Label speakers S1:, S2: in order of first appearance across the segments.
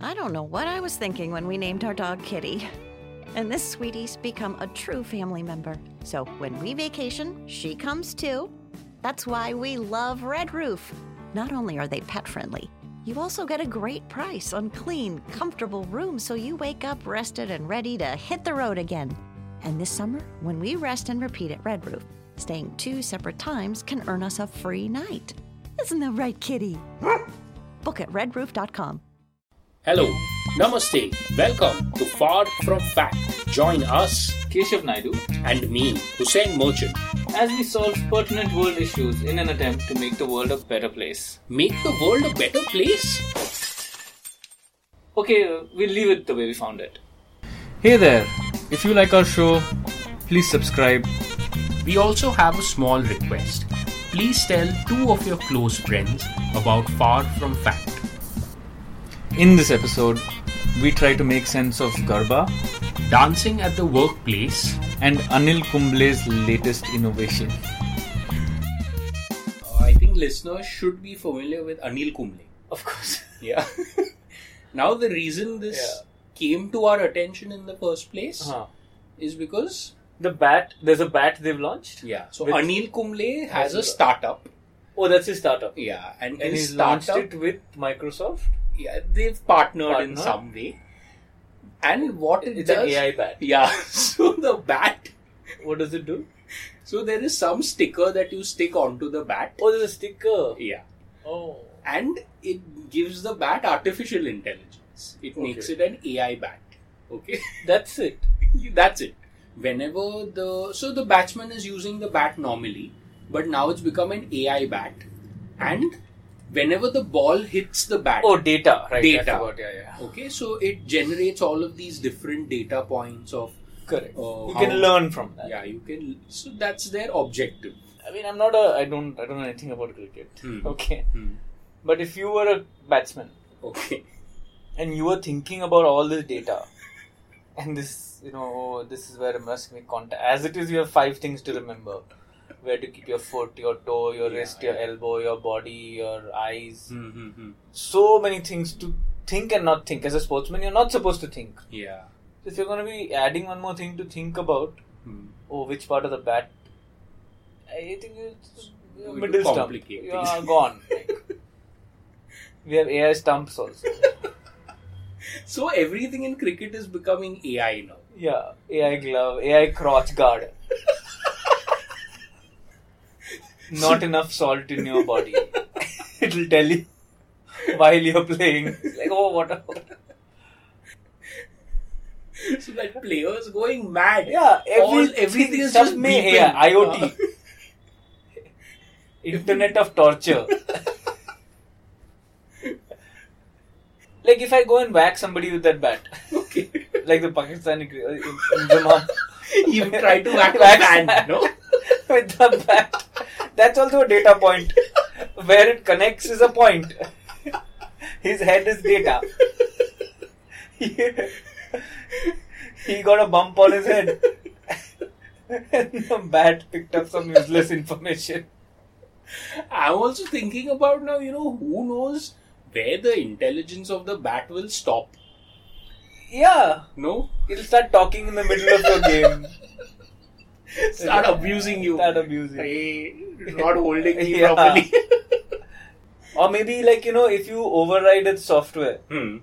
S1: I don't know what I was thinking when we named our dog Kitty. And this sweetie's become a true family member. So when we vacation, she comes too. That's why we love Red Roof. Not only are they pet friendly, you also get a great price on clean, comfortable rooms so you wake up rested and ready to hit the road again. And this summer, when we rest and repeat at Red Roof, staying two separate times can earn us a free night. Isn't that right, kitty? Book at redroof.com.
S2: Hello, Namaste, welcome to Far From Fact. Join us
S3: Keshav Naidu
S2: and me, Hussein Merchant.
S3: as we solve pertinent world issues in an attempt to make the world a better place.
S2: Make the world a better place?
S3: Okay, uh, we'll leave it the way we found it. Hey there! If you like our show, please subscribe.
S2: We also have a small request. Please tell two of your close friends about Far From Fact.
S3: In this episode, we try to make sense of Garba
S2: Dancing at the workplace.
S3: and Anil Kumble's latest innovation.
S2: I think listeners should be familiar with Anil Kumble.
S3: Of course.
S2: Yeah. now, the reason this
S3: Yeah.
S2: came to our attention in the first place is because
S3: The bat, there's a bat they've launched?
S2: Yeah. So
S3: With-
S2: Anil Kumble has a
S3: With-
S2: startup.
S3: Oh, that's his startup.
S2: Yeah, and,
S4: and
S2: his
S4: he's launched
S2: startup,
S4: it with Microsoft.
S2: yeah, they've partnered in
S4: Partnered.
S2: some way. And what it
S4: It's
S2: does,
S4: an AI bat.
S2: yeah. So the bat,
S4: What does it do?
S2: so there is some sticker that you stick onto the bat.
S4: Oh, there's a sticker.
S2: Yeah,
S4: Oh,
S2: and it gives the bat artificial intelligence. It makes it
S4: Okay.
S2: an AI bat. Okay,
S4: that's it.
S2: that's it. Whenever the so the batsman is using the bat normally, but now it's become an AI bat, and whenever the ball hits the bat,
S4: Oh, data. Right. I
S2: Data.
S4: forgot, Yeah, yeah.
S2: Okay, so it generates all of these different data points of
S4: Correct.
S2: Oh,
S4: you
S2: how-
S4: can learn from that.
S2: yeah, you can so that's their objective.
S4: I mean, I'm not a. I don't. I don't know anything about cricket.
S2: Hmm.
S4: Okay.
S2: Hmm.
S4: But if you were a batsman
S2: Okay.
S4: and you were thinking about all this data, and this, you know, oh, this is where I must make contact. As it is, you have five things to remember. Where to keep your foot, your toe, your
S2: Yeah,
S4: wrist, your
S2: yeah.
S4: elbow, your body, your eyes. hmm.
S2: Mm-hmm.
S4: so many things to think and not think. As a sportsman, you're not supposed to think.
S2: Yeah.
S4: If you're going to be adding one more thing to think about,
S2: Hmm.
S4: oh, which part of the bat, I think it's
S2: It would
S4: middle stump.
S2: complicate
S4: You
S2: things.
S4: are gone. Like, we have AI stumps also.
S2: So everything in cricket is becoming AI now.
S4: Yeah, AI glove, AI crotch guard. Not enough salt in your body. It'll tell you while you're playing. Like, oh, what? A,
S2: So that players going mad.
S4: Yeah, every,
S2: All, everything is
S4: सब
S2: just
S4: में
S2: beeping.
S4: AI, IoT,
S2: Uh,
S4: Internet of Torture. like if I go and whack somebody with that bat,
S2: okay.
S4: like the Pakistani cri- uh, in- in Jama-
S2: you try to whack a
S4: Whack
S2: fan,
S4: sand.
S2: no?
S4: with the bat, that's also a data point. Where it connects is a point. His head is data. he got a bump on his head. and the bat picked up some useless information.
S2: I'm also thinking about now, you know, who knows where the intelligence of the bat will stop.
S4: Yeah,
S2: No?
S4: it'll start talking in the middle of your game.
S2: Start abusing you.
S4: Start abusing.
S2: Hey, not holding me
S4: Yeah.
S2: properly.
S4: Or maybe like you know, if you override its software,
S2: Hmm.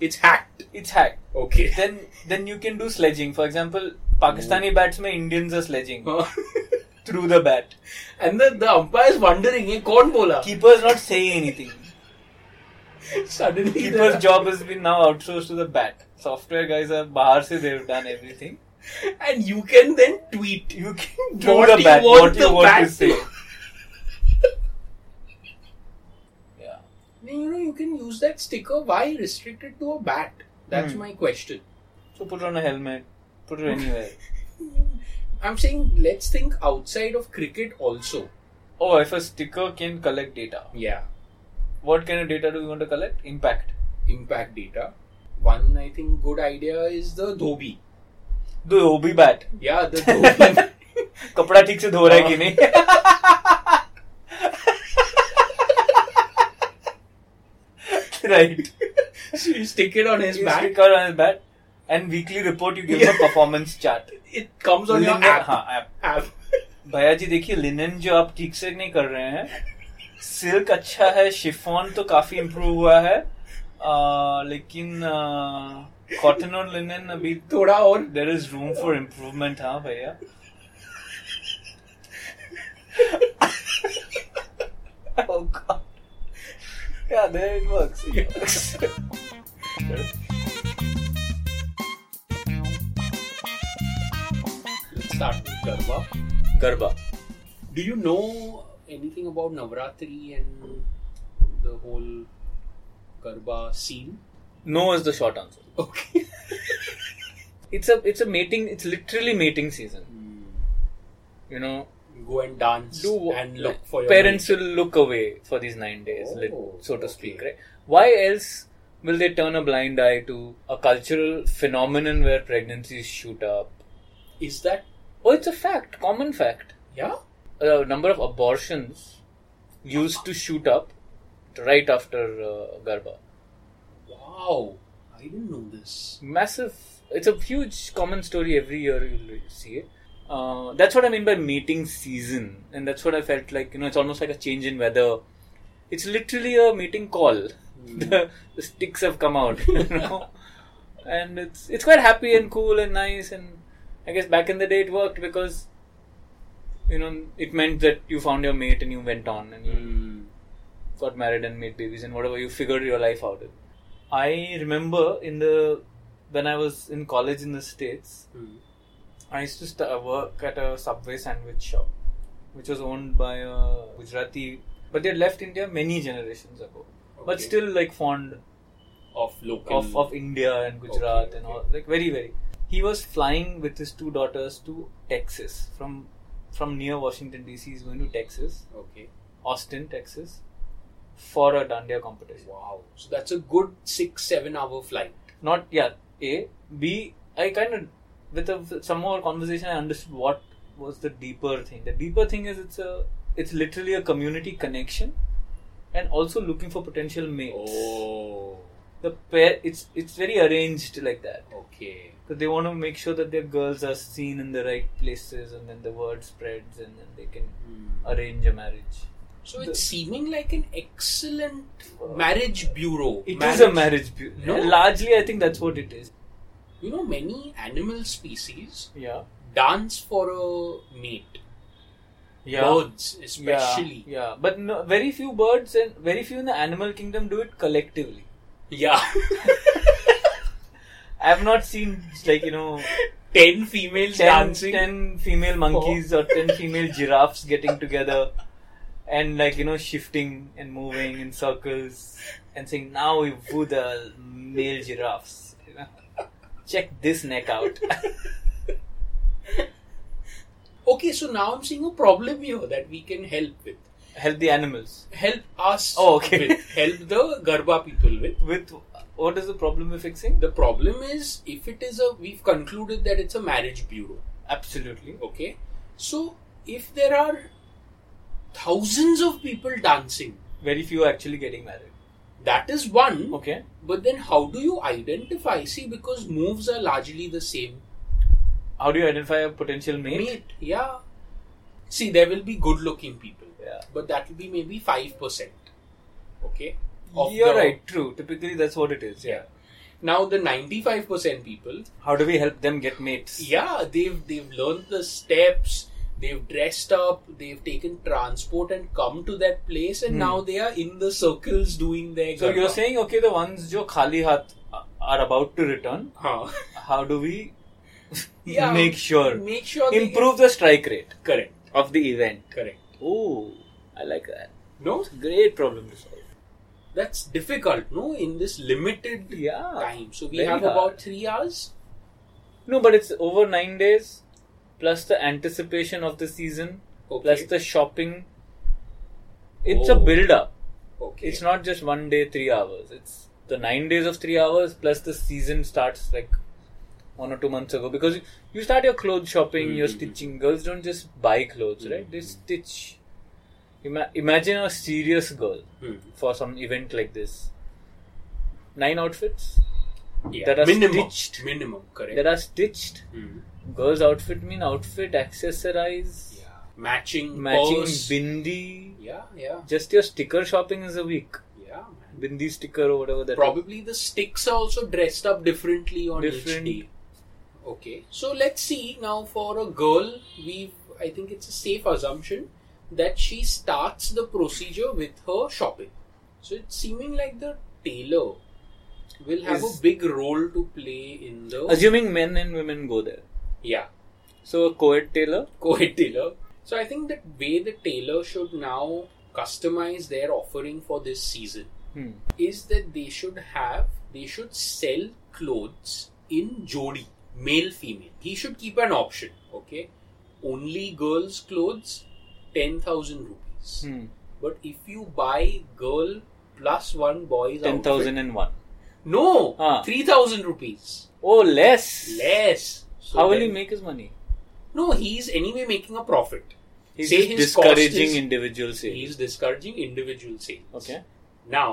S2: It's hacked.
S4: it's hacked.
S2: Okay.
S4: Then then you can do sledging. For example, Pakistani batsmen Indians are sledging through the bat.
S2: and then the umpire is wondering, hey, कौन बोला?
S4: Keeper's not saying anything.
S2: Suddenly, the-
S4: Keeper's job has been now outsourced to the bat. Software guys are bahar se they've done everything.
S2: and you can then tweet.
S4: You can do
S2: What
S4: the
S2: you
S4: bat
S2: want
S4: what you
S2: the
S4: want to
S2: bat
S4: say.
S2: to-
S4: yeah.
S2: You know, you can use that sticker. Why restrict it to a bat? That's
S4: Hmm.
S2: my question.
S4: So put on a helmet. Put it anywhere.
S2: I'm saying let's think outside of cricket also.
S4: Oh, if a sticker can collect data,
S2: Yeah.
S4: what kind of data do we want to collect? Impact.
S2: Impact data. One, I think, good idea is the Dhobi.
S4: The Obi bat.
S2: Yeah, the Dhobi.
S4: कपड़ा ठीक से धो रहा है कि नहीं right
S2: So you stick it on his
S4: You
S2: back.
S4: stick her on his back, and weekly report you give him a performance chart.
S2: It comes on your
S4: Linen-
S2: app.
S4: हाँ, app.
S2: app.
S4: भैया जी देखिए linen जो आप ठीक से नहीं कर रहे हैं सिल्क अच्छा है शिफॉन तो काफी इम्प्रूव हुआ है आ, लेकिन कॉटन और लिनन अभी तो
S2: थोड़ा और
S4: there is room for improvement हाँ भैया oh god yeah there it works it works
S2: Let's start with Garba.
S4: garba
S2: Do you know anything about Navratri and the whole Garba scene?
S4: no is the short answer
S2: Okay.
S4: it's a it's a mating it's literally mating season you know
S2: Go and dance
S4: do wha-
S2: and look for your
S4: parents
S2: mate.
S4: will look away for these nine days
S2: Oh,
S4: lit- so to speak
S2: okay.
S4: right why else will they turn a blind eye to a cultural phenomenon where pregnancies shoot up
S2: Is that
S4: oh it's a fact common fact
S2: yeah?
S4: the number of abortions used to shoot up right after uh, garba
S2: Wow, I didn't know this.
S4: massive it's a huge common story every year you'll see it uh, that's what i mean by mating season and that's what i felt like you know it's almost like a change in weather it's literally a mating call the, the sticks have come out you know and it's it's quite happy and cool and nice and i guess back in the day it worked because you know it meant that you found your mate and you went on and you got married and made babies and whatever you figured your life out with. I remember in the when I was in college in the states,
S2: Hmm.
S4: I used to st- work at a subway sandwich shop, which was owned by a Gujarati, but they had left India many generations ago, but
S2: Okay.
S4: still like fond
S2: Of local
S4: of, of India and Gujarat
S2: Okay,
S4: and
S2: okay.
S4: all like very very. He was flying with his two daughters to Texas from from near Washington D.C. He's going to Texas,
S2: okay.
S4: Austin, Texas, for a dandiya competition.
S2: Wow, so that's a good six seven hour flight.
S4: not yeah a b i kind of with a, some more conversation i understood what was the deeper thing the deeper thing is it's a it's literally a community connection and also looking for potential mates
S2: Oh,
S4: the pair it's it's very arranged like that
S2: okay.
S4: so they want to make sure that their girls are seen in the right places and then the word spreads and then they can
S2: Hmm.
S4: arrange a marriage
S2: So it's seeming like an excellent marriage bureau.
S4: It is a marriage bu-
S2: No.
S4: largely i think that's what it is
S2: You know, many animal species
S4: yeah
S2: dance for a mate. Birds, especially.
S4: Yeah, yeah. but no, very few birds and very few in the animal kingdom do it collectively.
S2: Yeah.
S4: I've not seen like you know
S2: ten females
S4: 10,
S2: dancing.
S4: 10 female monkeys or ten female giraffes getting together and like you know shifting and moving in circles and saying now we woo the male giraffes. You know? Check this neck out.
S2: Okay, so now I'm seeing a problem here that we can help with.
S4: Help the animals
S2: Help us
S4: Oh, okay.
S2: with. Help the Garba people with.
S4: with what is the problem we're fixing?
S2: The problem is if it is a we've concluded that it's a marriage bureau.
S4: Absolutely.
S2: Okay. So if there are thousands of people dancing,
S4: Very few are actually getting married.
S2: that is one.
S4: Okay.
S2: But then how do you identify? See, because moves are largely the same.
S4: How do you identify a potential mate?
S2: Mate, yeah. See, there will be good looking people.
S4: Yeah.
S2: But that will be maybe 5%. Okay.
S4: You're
S2: the-
S4: right. True. Typically, that's what it is.
S2: Yeah. Now the 95% people,
S4: How do we help them get mates?
S2: yeah, they've they've learned the steps, they've dressed up, they've taken transport and come to that place and now they are in the circles doing their
S4: Hmm. So you're
S2: garba.
S4: saying, okay, the ones jo khali hath uh, are about to return.
S2: Huh.
S4: How do we
S2: Yeah.
S4: make sure
S2: Make sure they
S4: improve the strike rate
S2: get- correct.
S4: of the event?
S2: Correct.
S4: Oh, I like that.
S2: No,
S4: Great problem to solve.
S2: that's difficult, no, in this limited
S4: Yeah.
S2: time. So we
S4: Very
S2: have
S4: hard.
S2: about three hours.
S4: No, but it's over nine days, plus the anticipation of the season, plus
S2: Okay.
S4: the shopping. It's a
S2: Oh.
S4: build-up.
S2: Okay.
S4: It's not just one day, three hours. It's the nine days of three hours plus the season starts like one or two months ago because you start your clothes shopping,
S2: Mm-hmm.
S4: your stitching. Girls don't just buy clothes, right? They stitch. Ima- imagine a serious girl
S2: Hmm.
S4: for some event like this nine outfits
S2: Yeah.
S4: That are
S2: minimum.
S4: stitched.
S2: Minimum, correct.
S4: that are stitched.
S2: Hmm.
S4: Girls' outfit mean outfit, accessorize,
S2: Yeah. Matching,
S4: matching
S2: purse.
S4: bindi.
S2: yeah, yeah,
S4: Just your sticker shopping is a week.
S2: yeah. Man.
S4: Bindi sticker or whatever that.
S2: Probably the sticks are also dressed up differently on
S4: Different.
S2: each day. Okay, so let's see now for a girl. We, I think it's a safe assumption that she starts the procedure with her shopping. So it's seeming like the tailor will have
S4: Is-
S2: a big role to play in the
S4: Assuming men and women go there.
S2: yeah
S4: So a co-ed tailor.
S2: co-ed tailor. So I think that way the tailor should now customize their offering for this season
S4: Hmm.
S2: is that they should have they should sell clothes in jodi male female he should keep an option okay only girls clothes 10000 rupees
S4: Hmm.
S2: but if you buy girl plus one boys
S4: Ten
S2: outfit-
S4: thousand and one.
S2: no
S4: Ah.
S2: 3000 rupees
S4: Oh, less.
S2: less So
S4: How will
S2: then-
S4: he make his money?
S2: no he's anyway making a profit
S4: He's
S2: Say
S4: just
S2: his
S4: discouraging
S2: cost is-
S4: individual sales.
S2: he's discouraging individual sales
S4: Okay.
S2: Now,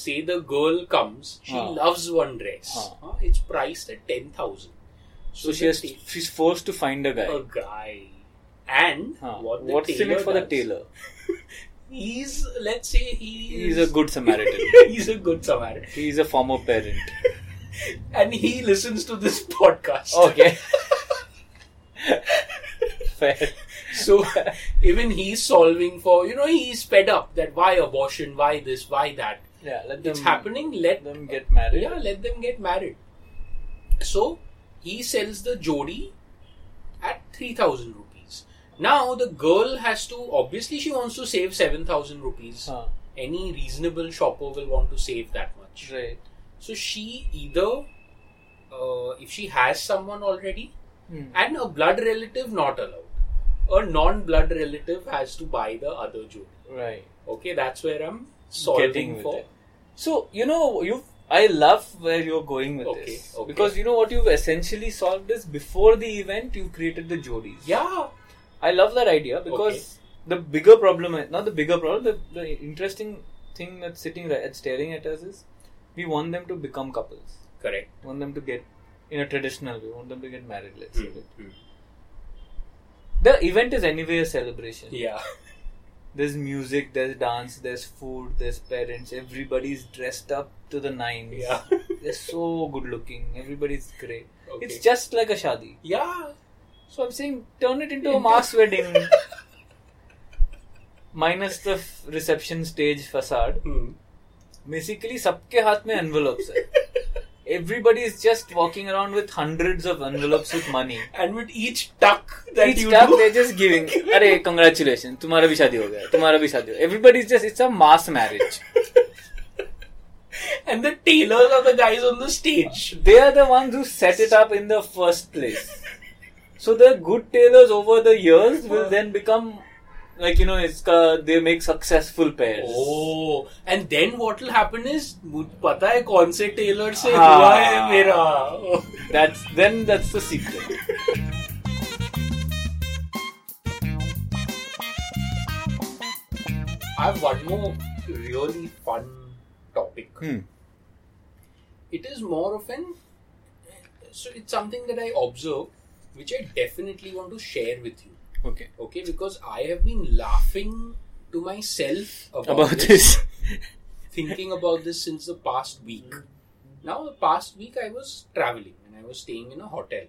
S2: say the girl comes, she
S4: Ah.
S2: loves one dress.
S4: Ah.
S2: Huh? It's priced at 10,000.
S4: So she has, she's forced to find a guy.
S2: a guy. And
S4: Huh.
S2: what the
S4: What's in
S2: tailor
S4: it for the
S2: does-
S4: tailor?
S2: He's, let's say he
S4: He's
S2: is.
S4: a good Samaritan.
S2: he's a good Samaritan.
S4: He's a former parent.
S2: And he listens to this podcast.
S4: Okay. Fair.
S2: So even he's solving for, you know, he's fed up that why abortion, why this, why that.
S4: Yeah, let them,
S2: It's happening. Let
S4: Let them get married.
S2: Yeah, let them get married. So he sells the jodi at 3000 rupees. Now the girl has to obviously she wants to save 7000 rupees.
S4: Huh.
S2: Any reasonable shopper will want to save that much.
S4: Right.
S2: So she either uh, if she has someone already
S4: Hmm.
S2: and a blood relative not allowed. A non-blood relative has to buy the other jodi.
S4: Right.
S2: Okay, that's where I'm solving
S4: Getting with
S2: for
S4: it. So you know you. I love where you're going with
S2: Okay,
S4: this
S2: okay.
S4: because you know what you've essentially solved is before the event you created the jodis.
S2: Yeah.
S4: I love that idea because the bigger problem, not the bigger problem, the, the interesting thing that's sitting right, at staring at us is we want them to become couples,
S2: Correct.
S4: want them to get in a traditional way, want them to get married. Let's say.
S2: Mm.
S4: The event is anyway a celebration.
S2: Yeah.
S4: There's music, there's dance, there's food, there's parents. Everybody's dressed up to the nines.
S2: Yeah.
S4: They're so good looking. Everybody's great.
S2: Okay.
S4: It's just like a shadi.
S2: Yeah.
S4: So I'm saying turn it into a mass wedding. Minus the f- reception stage facade.
S2: Hmm.
S4: Basically, सबके हाथ में envelopes है. Everybody is just walking around with hundreds of envelopes with money.
S2: And with each tuck that
S4: Each
S2: you
S4: time
S2: do,
S4: they're just giving. अरे congratulations, तुम्हारा भी शादी हो गया, तुम्हारा भी शादी हो. Everybody is just it's a mass marriage.
S2: and the tailors are the guys on the stage.
S4: They are the ones who set it up in the first place. So the good tailors over the years will then become like you know it's uh, they make successful pairs.
S2: Oh, and then what will happen is, मुझ- पता है कौन से tailor से
S4: हाँ.
S2: हुआ है मेरा.
S4: That's then that's the secret.
S2: I have one more really fun topic.
S4: Hmm.
S2: It is more of an, so it's something that I observe, which I definitely want to share with you.
S4: Okay.
S2: Okay, because I have been laughing to myself about,
S4: About
S2: this.
S4: this.
S2: thinking about this since the past week. Now, the past week I was traveling and I was staying in a hotel.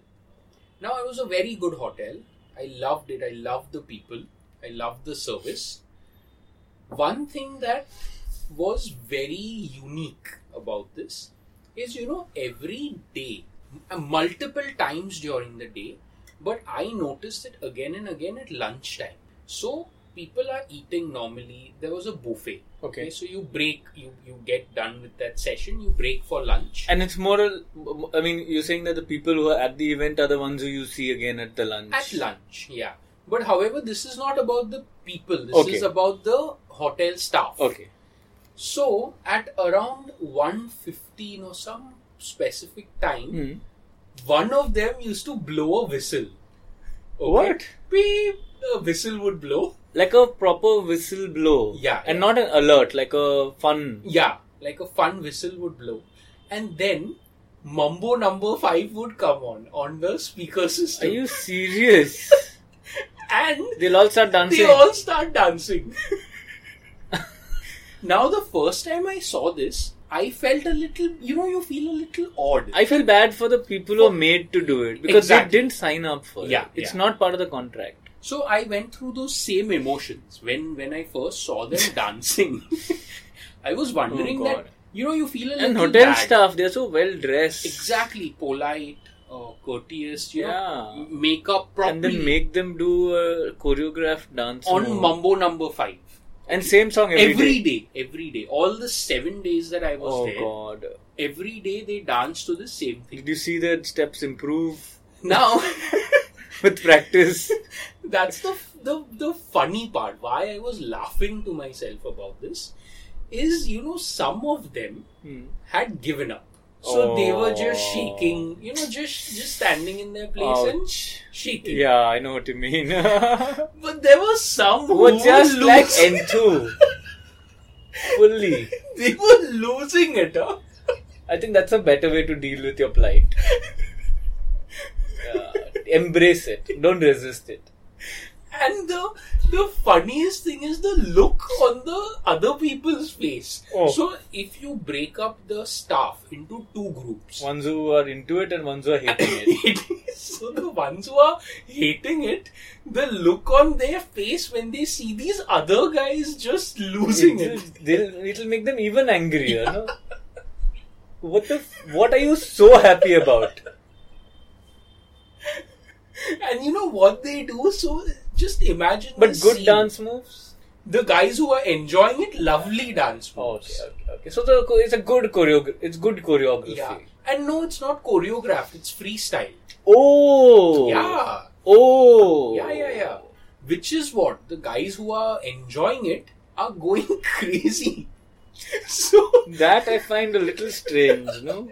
S2: Now, it was a very good hotel. I loved it. I loved the people. I loved the service. One thing that was very unique about this is you know, every day, m- multiple times during the day, but I noticed it again and again at lunchtime. So, people are eating normally. There was a buffet. Okay, so you break, you, you get done with that session, you break for lunch.
S4: And it's more. I mean, you're saying that the people who are at the event are the ones who you see again at the lunch.
S2: At lunch, yeah. But however, this is not about the people, this
S4: Okay.
S2: is about the hotel staff.
S4: Okay.
S2: So at around 1.15 or some specific time,
S4: Hmm.
S2: one of them used to blow a whistle. Okay?
S4: What?
S2: Beep! A whistle would blow.
S4: Like a proper whistle blow.
S2: Yeah,
S4: And
S2: yeah.
S4: not an alert, like a fun.
S2: Yeah. like a fun whistle would blow, and then Mumbo number five would come on on the speaker
S4: Are
S2: system,
S4: you serious?
S2: and
S4: They'll all start dancing.
S2: they all start dancing. now, the first time I saw this, I felt a little, you know, you feel a little odd.
S4: I feel bad for the people who are made to do it because
S2: Exactly.
S4: they didn't sign up for it.
S2: Yeah,
S4: It's
S2: yeah.
S4: not part of the contract.
S2: So I went through those same emotions when when I first saw them dancing. I was wondering
S4: Oh, God.
S2: that you know you feel a little
S4: And hotel
S2: bad.
S4: staff, they're so well dressed.
S2: exactly polite, uh, courteous, you
S4: Yeah.
S2: know, make up properly
S4: And then make them do a choreographed dance
S2: on
S4: move.
S2: Mambo number five
S4: and same song every
S2: every
S4: day.
S2: day, every day, all the seven days that I was
S4: Oh
S2: there,
S4: God!
S2: every day they danced to the same thing.
S4: Did you see that steps improve
S2: Now.
S4: with practice?
S2: that's the, the the funny part why i was laughing to myself about this is you know some of them had given up so they were just
S4: Hmm. Oh.
S2: shaking you know just just standing in their place and
S4: Ouch.
S2: shaking
S4: yeah, I know what you mean.
S2: but there were some who
S4: Were just
S2: were
S4: like
S2: losing-
S4: N2. Fully.
S2: they were losing it up
S4: I think that's a better way to deal with your plight. Yeah. Embrace it. Don't resist it.
S2: and the the funniest thing is the look on the other people's face
S4: Oh.
S2: so if you break up the staff into two groups
S4: Ones who are into it and ones who are hating it.
S2: so the ones who are hating it, the look on their face when they see these other guys just losing
S4: It'll,
S2: it.
S4: they'll- it'll make them even angrier. no? What the? f- What are you so happy about?
S2: And you know what they do? So just imagine.
S4: But
S2: the
S4: good
S2: scene.
S4: dance moves.
S2: The guys who are enjoying it, lovely dance
S4: Oh,
S2: moves.
S4: okay, okay, okay. So the co- it's a good choreo. It's good choreography.
S2: Yeah. And no, it's not choreographed. It's freestyle.
S4: Oh.
S2: Yeah.
S4: Oh.
S2: Yeah, yeah, yeah. Which is what the guys who are enjoying it are going crazy. so
S4: That I find a little strange, no?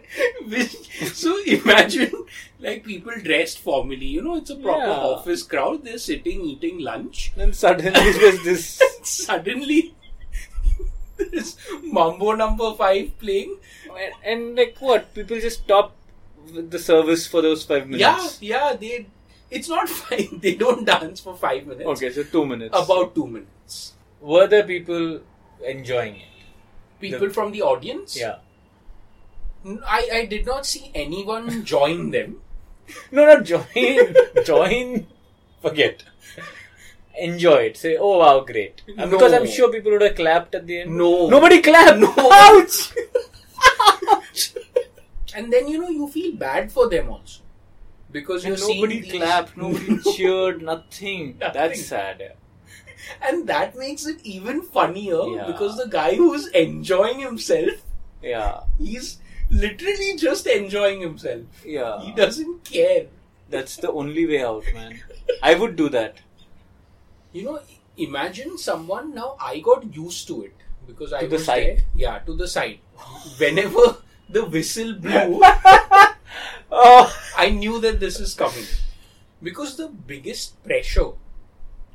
S2: Which- so imagine like people dressed formally you know it's a proper
S4: Yeah.
S2: office crowd they're sitting eating lunch
S4: Then suddenly there's this.
S2: suddenly there's mambo number five playing
S4: And, and like what? People just stop with the service for those five
S2: yeah
S4: minutes.
S2: yeah they it's not fine they don't dance for five minutes
S4: Okay, so two minutes.
S2: about two minutes
S4: Were there people enjoying it?
S2: people from the audience
S4: Yeah.
S2: N- I, I did not see anyone join them
S4: No, no, join. join. Forget. Enjoy it. Say, oh wow, great. Uh, Because
S2: No.
S4: I'm sure people would have clapped at the end.
S2: No.
S4: Nobody clapped. No. Ouch!
S2: and then you know you feel bad for them also because
S4: And
S2: you're seeing
S4: nobody
S2: these-
S4: clapped, nobody cheered, nothing.
S2: Nothing.
S4: That's sad.
S2: And that makes it even funnier
S4: Yeah.
S2: because the guy who's enjoying himself,
S4: Yeah.
S2: he's literally just enjoying himself.
S4: Yeah.
S2: He doesn't care.
S4: That's the only way out, man. I would do that.
S2: You know, imagine someone now I got used to it because I
S4: To the
S2: was
S4: sight.
S2: there. Yeah, to the side. Whenever the whistle blew,
S4: Oh.
S2: I knew that this is coming. Because the biggest pressure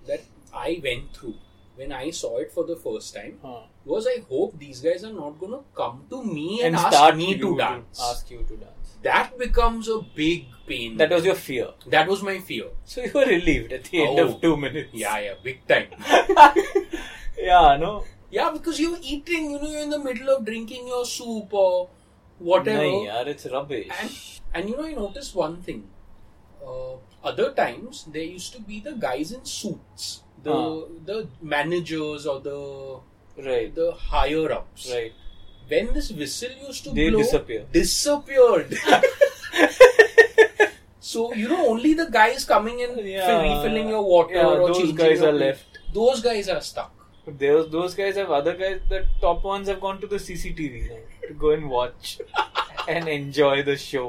S2: that I went through when I saw it for the first time was I hope these guys are not gonna come to me and, ask me
S4: you
S2: to dance.
S4: ask you to dance.
S2: that becomes a big pain.
S4: That was your fear.
S2: that was my fear.
S4: So you were relieved at the end
S2: Oh.
S4: of two minutes.
S2: Yeah, yeah, big time.
S4: Yeah, no.
S2: yeah, because you're eating, you know, you're in the middle of drinking your soup or whatever.
S4: No, yaar, it's rubbish.
S2: And and you know, I noticed one thing. Uh, other times there used to be the guys in suits, the
S4: Ah.
S2: the managers or the
S4: right,
S2: the higher ups.
S4: right.
S2: When this whistle used to
S4: They
S2: blow,
S4: disappear.
S2: disappeared. So you know, only the guys coming in
S4: Yeah.
S2: for refilling your water
S4: Yeah,
S2: or
S4: those
S2: changing
S4: guys
S2: your
S4: are left.
S2: Those guys are stuck.
S4: But those, those guys have other guys. The top ones have gone to the CCTV now to go and watch and enjoy the show.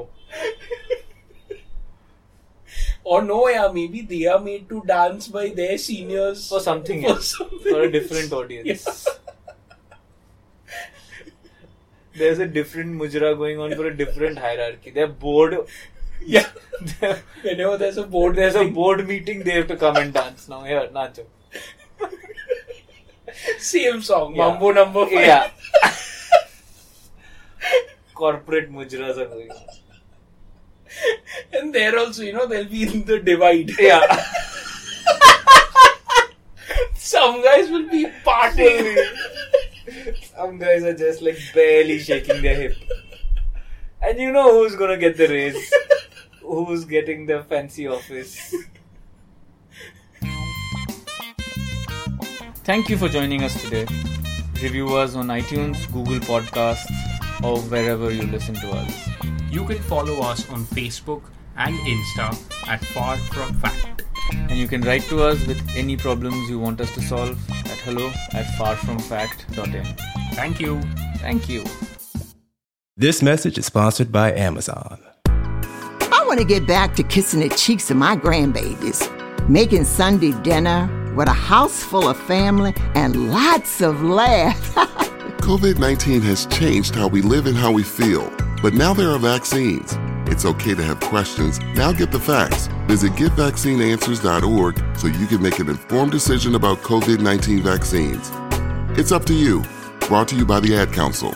S2: Or no, yeah, maybe they are made to dance by their seniors
S4: For something
S2: For
S4: else.
S2: something
S4: for a
S2: else.
S4: different audience.
S2: Yeah.
S4: There's a different mujra going on for a different hierarchy. They're bored.
S2: Yeah.
S4: They're-
S2: Whenever there's a board,
S4: there's a board meeting. They have to come and dance now. Here, Nacho.
S2: same song,
S4: Yeah.
S2: Mambo number five.
S4: Yeah. corporate mujras are going on.
S2: And there also, you know, they'll be in the divide.
S4: Yeah.
S2: Some guys will be partying.
S4: Some guys are just like barely shaking their hip. And you know who's gonna get the raise? who's getting the fancy office?
S3: Thank you for joining us today. Review us on iTunes, Google Podcasts, or wherever you listen to us.
S5: You can follow us on Facebook and Insta at Far From Fact.
S3: And you can write to us with any problems you want us to solve at hello at farfromfact.in.
S5: Thank you.
S3: Thank you.
S6: This message is sponsored by Amazon.
S7: I want to get back to kissing the cheeks of my grandbabies, making Sunday dinner with a house full of family and lots of laughs.
S8: COVID 19 has changed how we live and how we feel, but now there are vaccines. It's okay to have questions. Now get the facts. Visit getvaccineanswers.org so you can make an informed decision about COVID 19 vaccines. It's up to you. Brought to you by the Ad Council.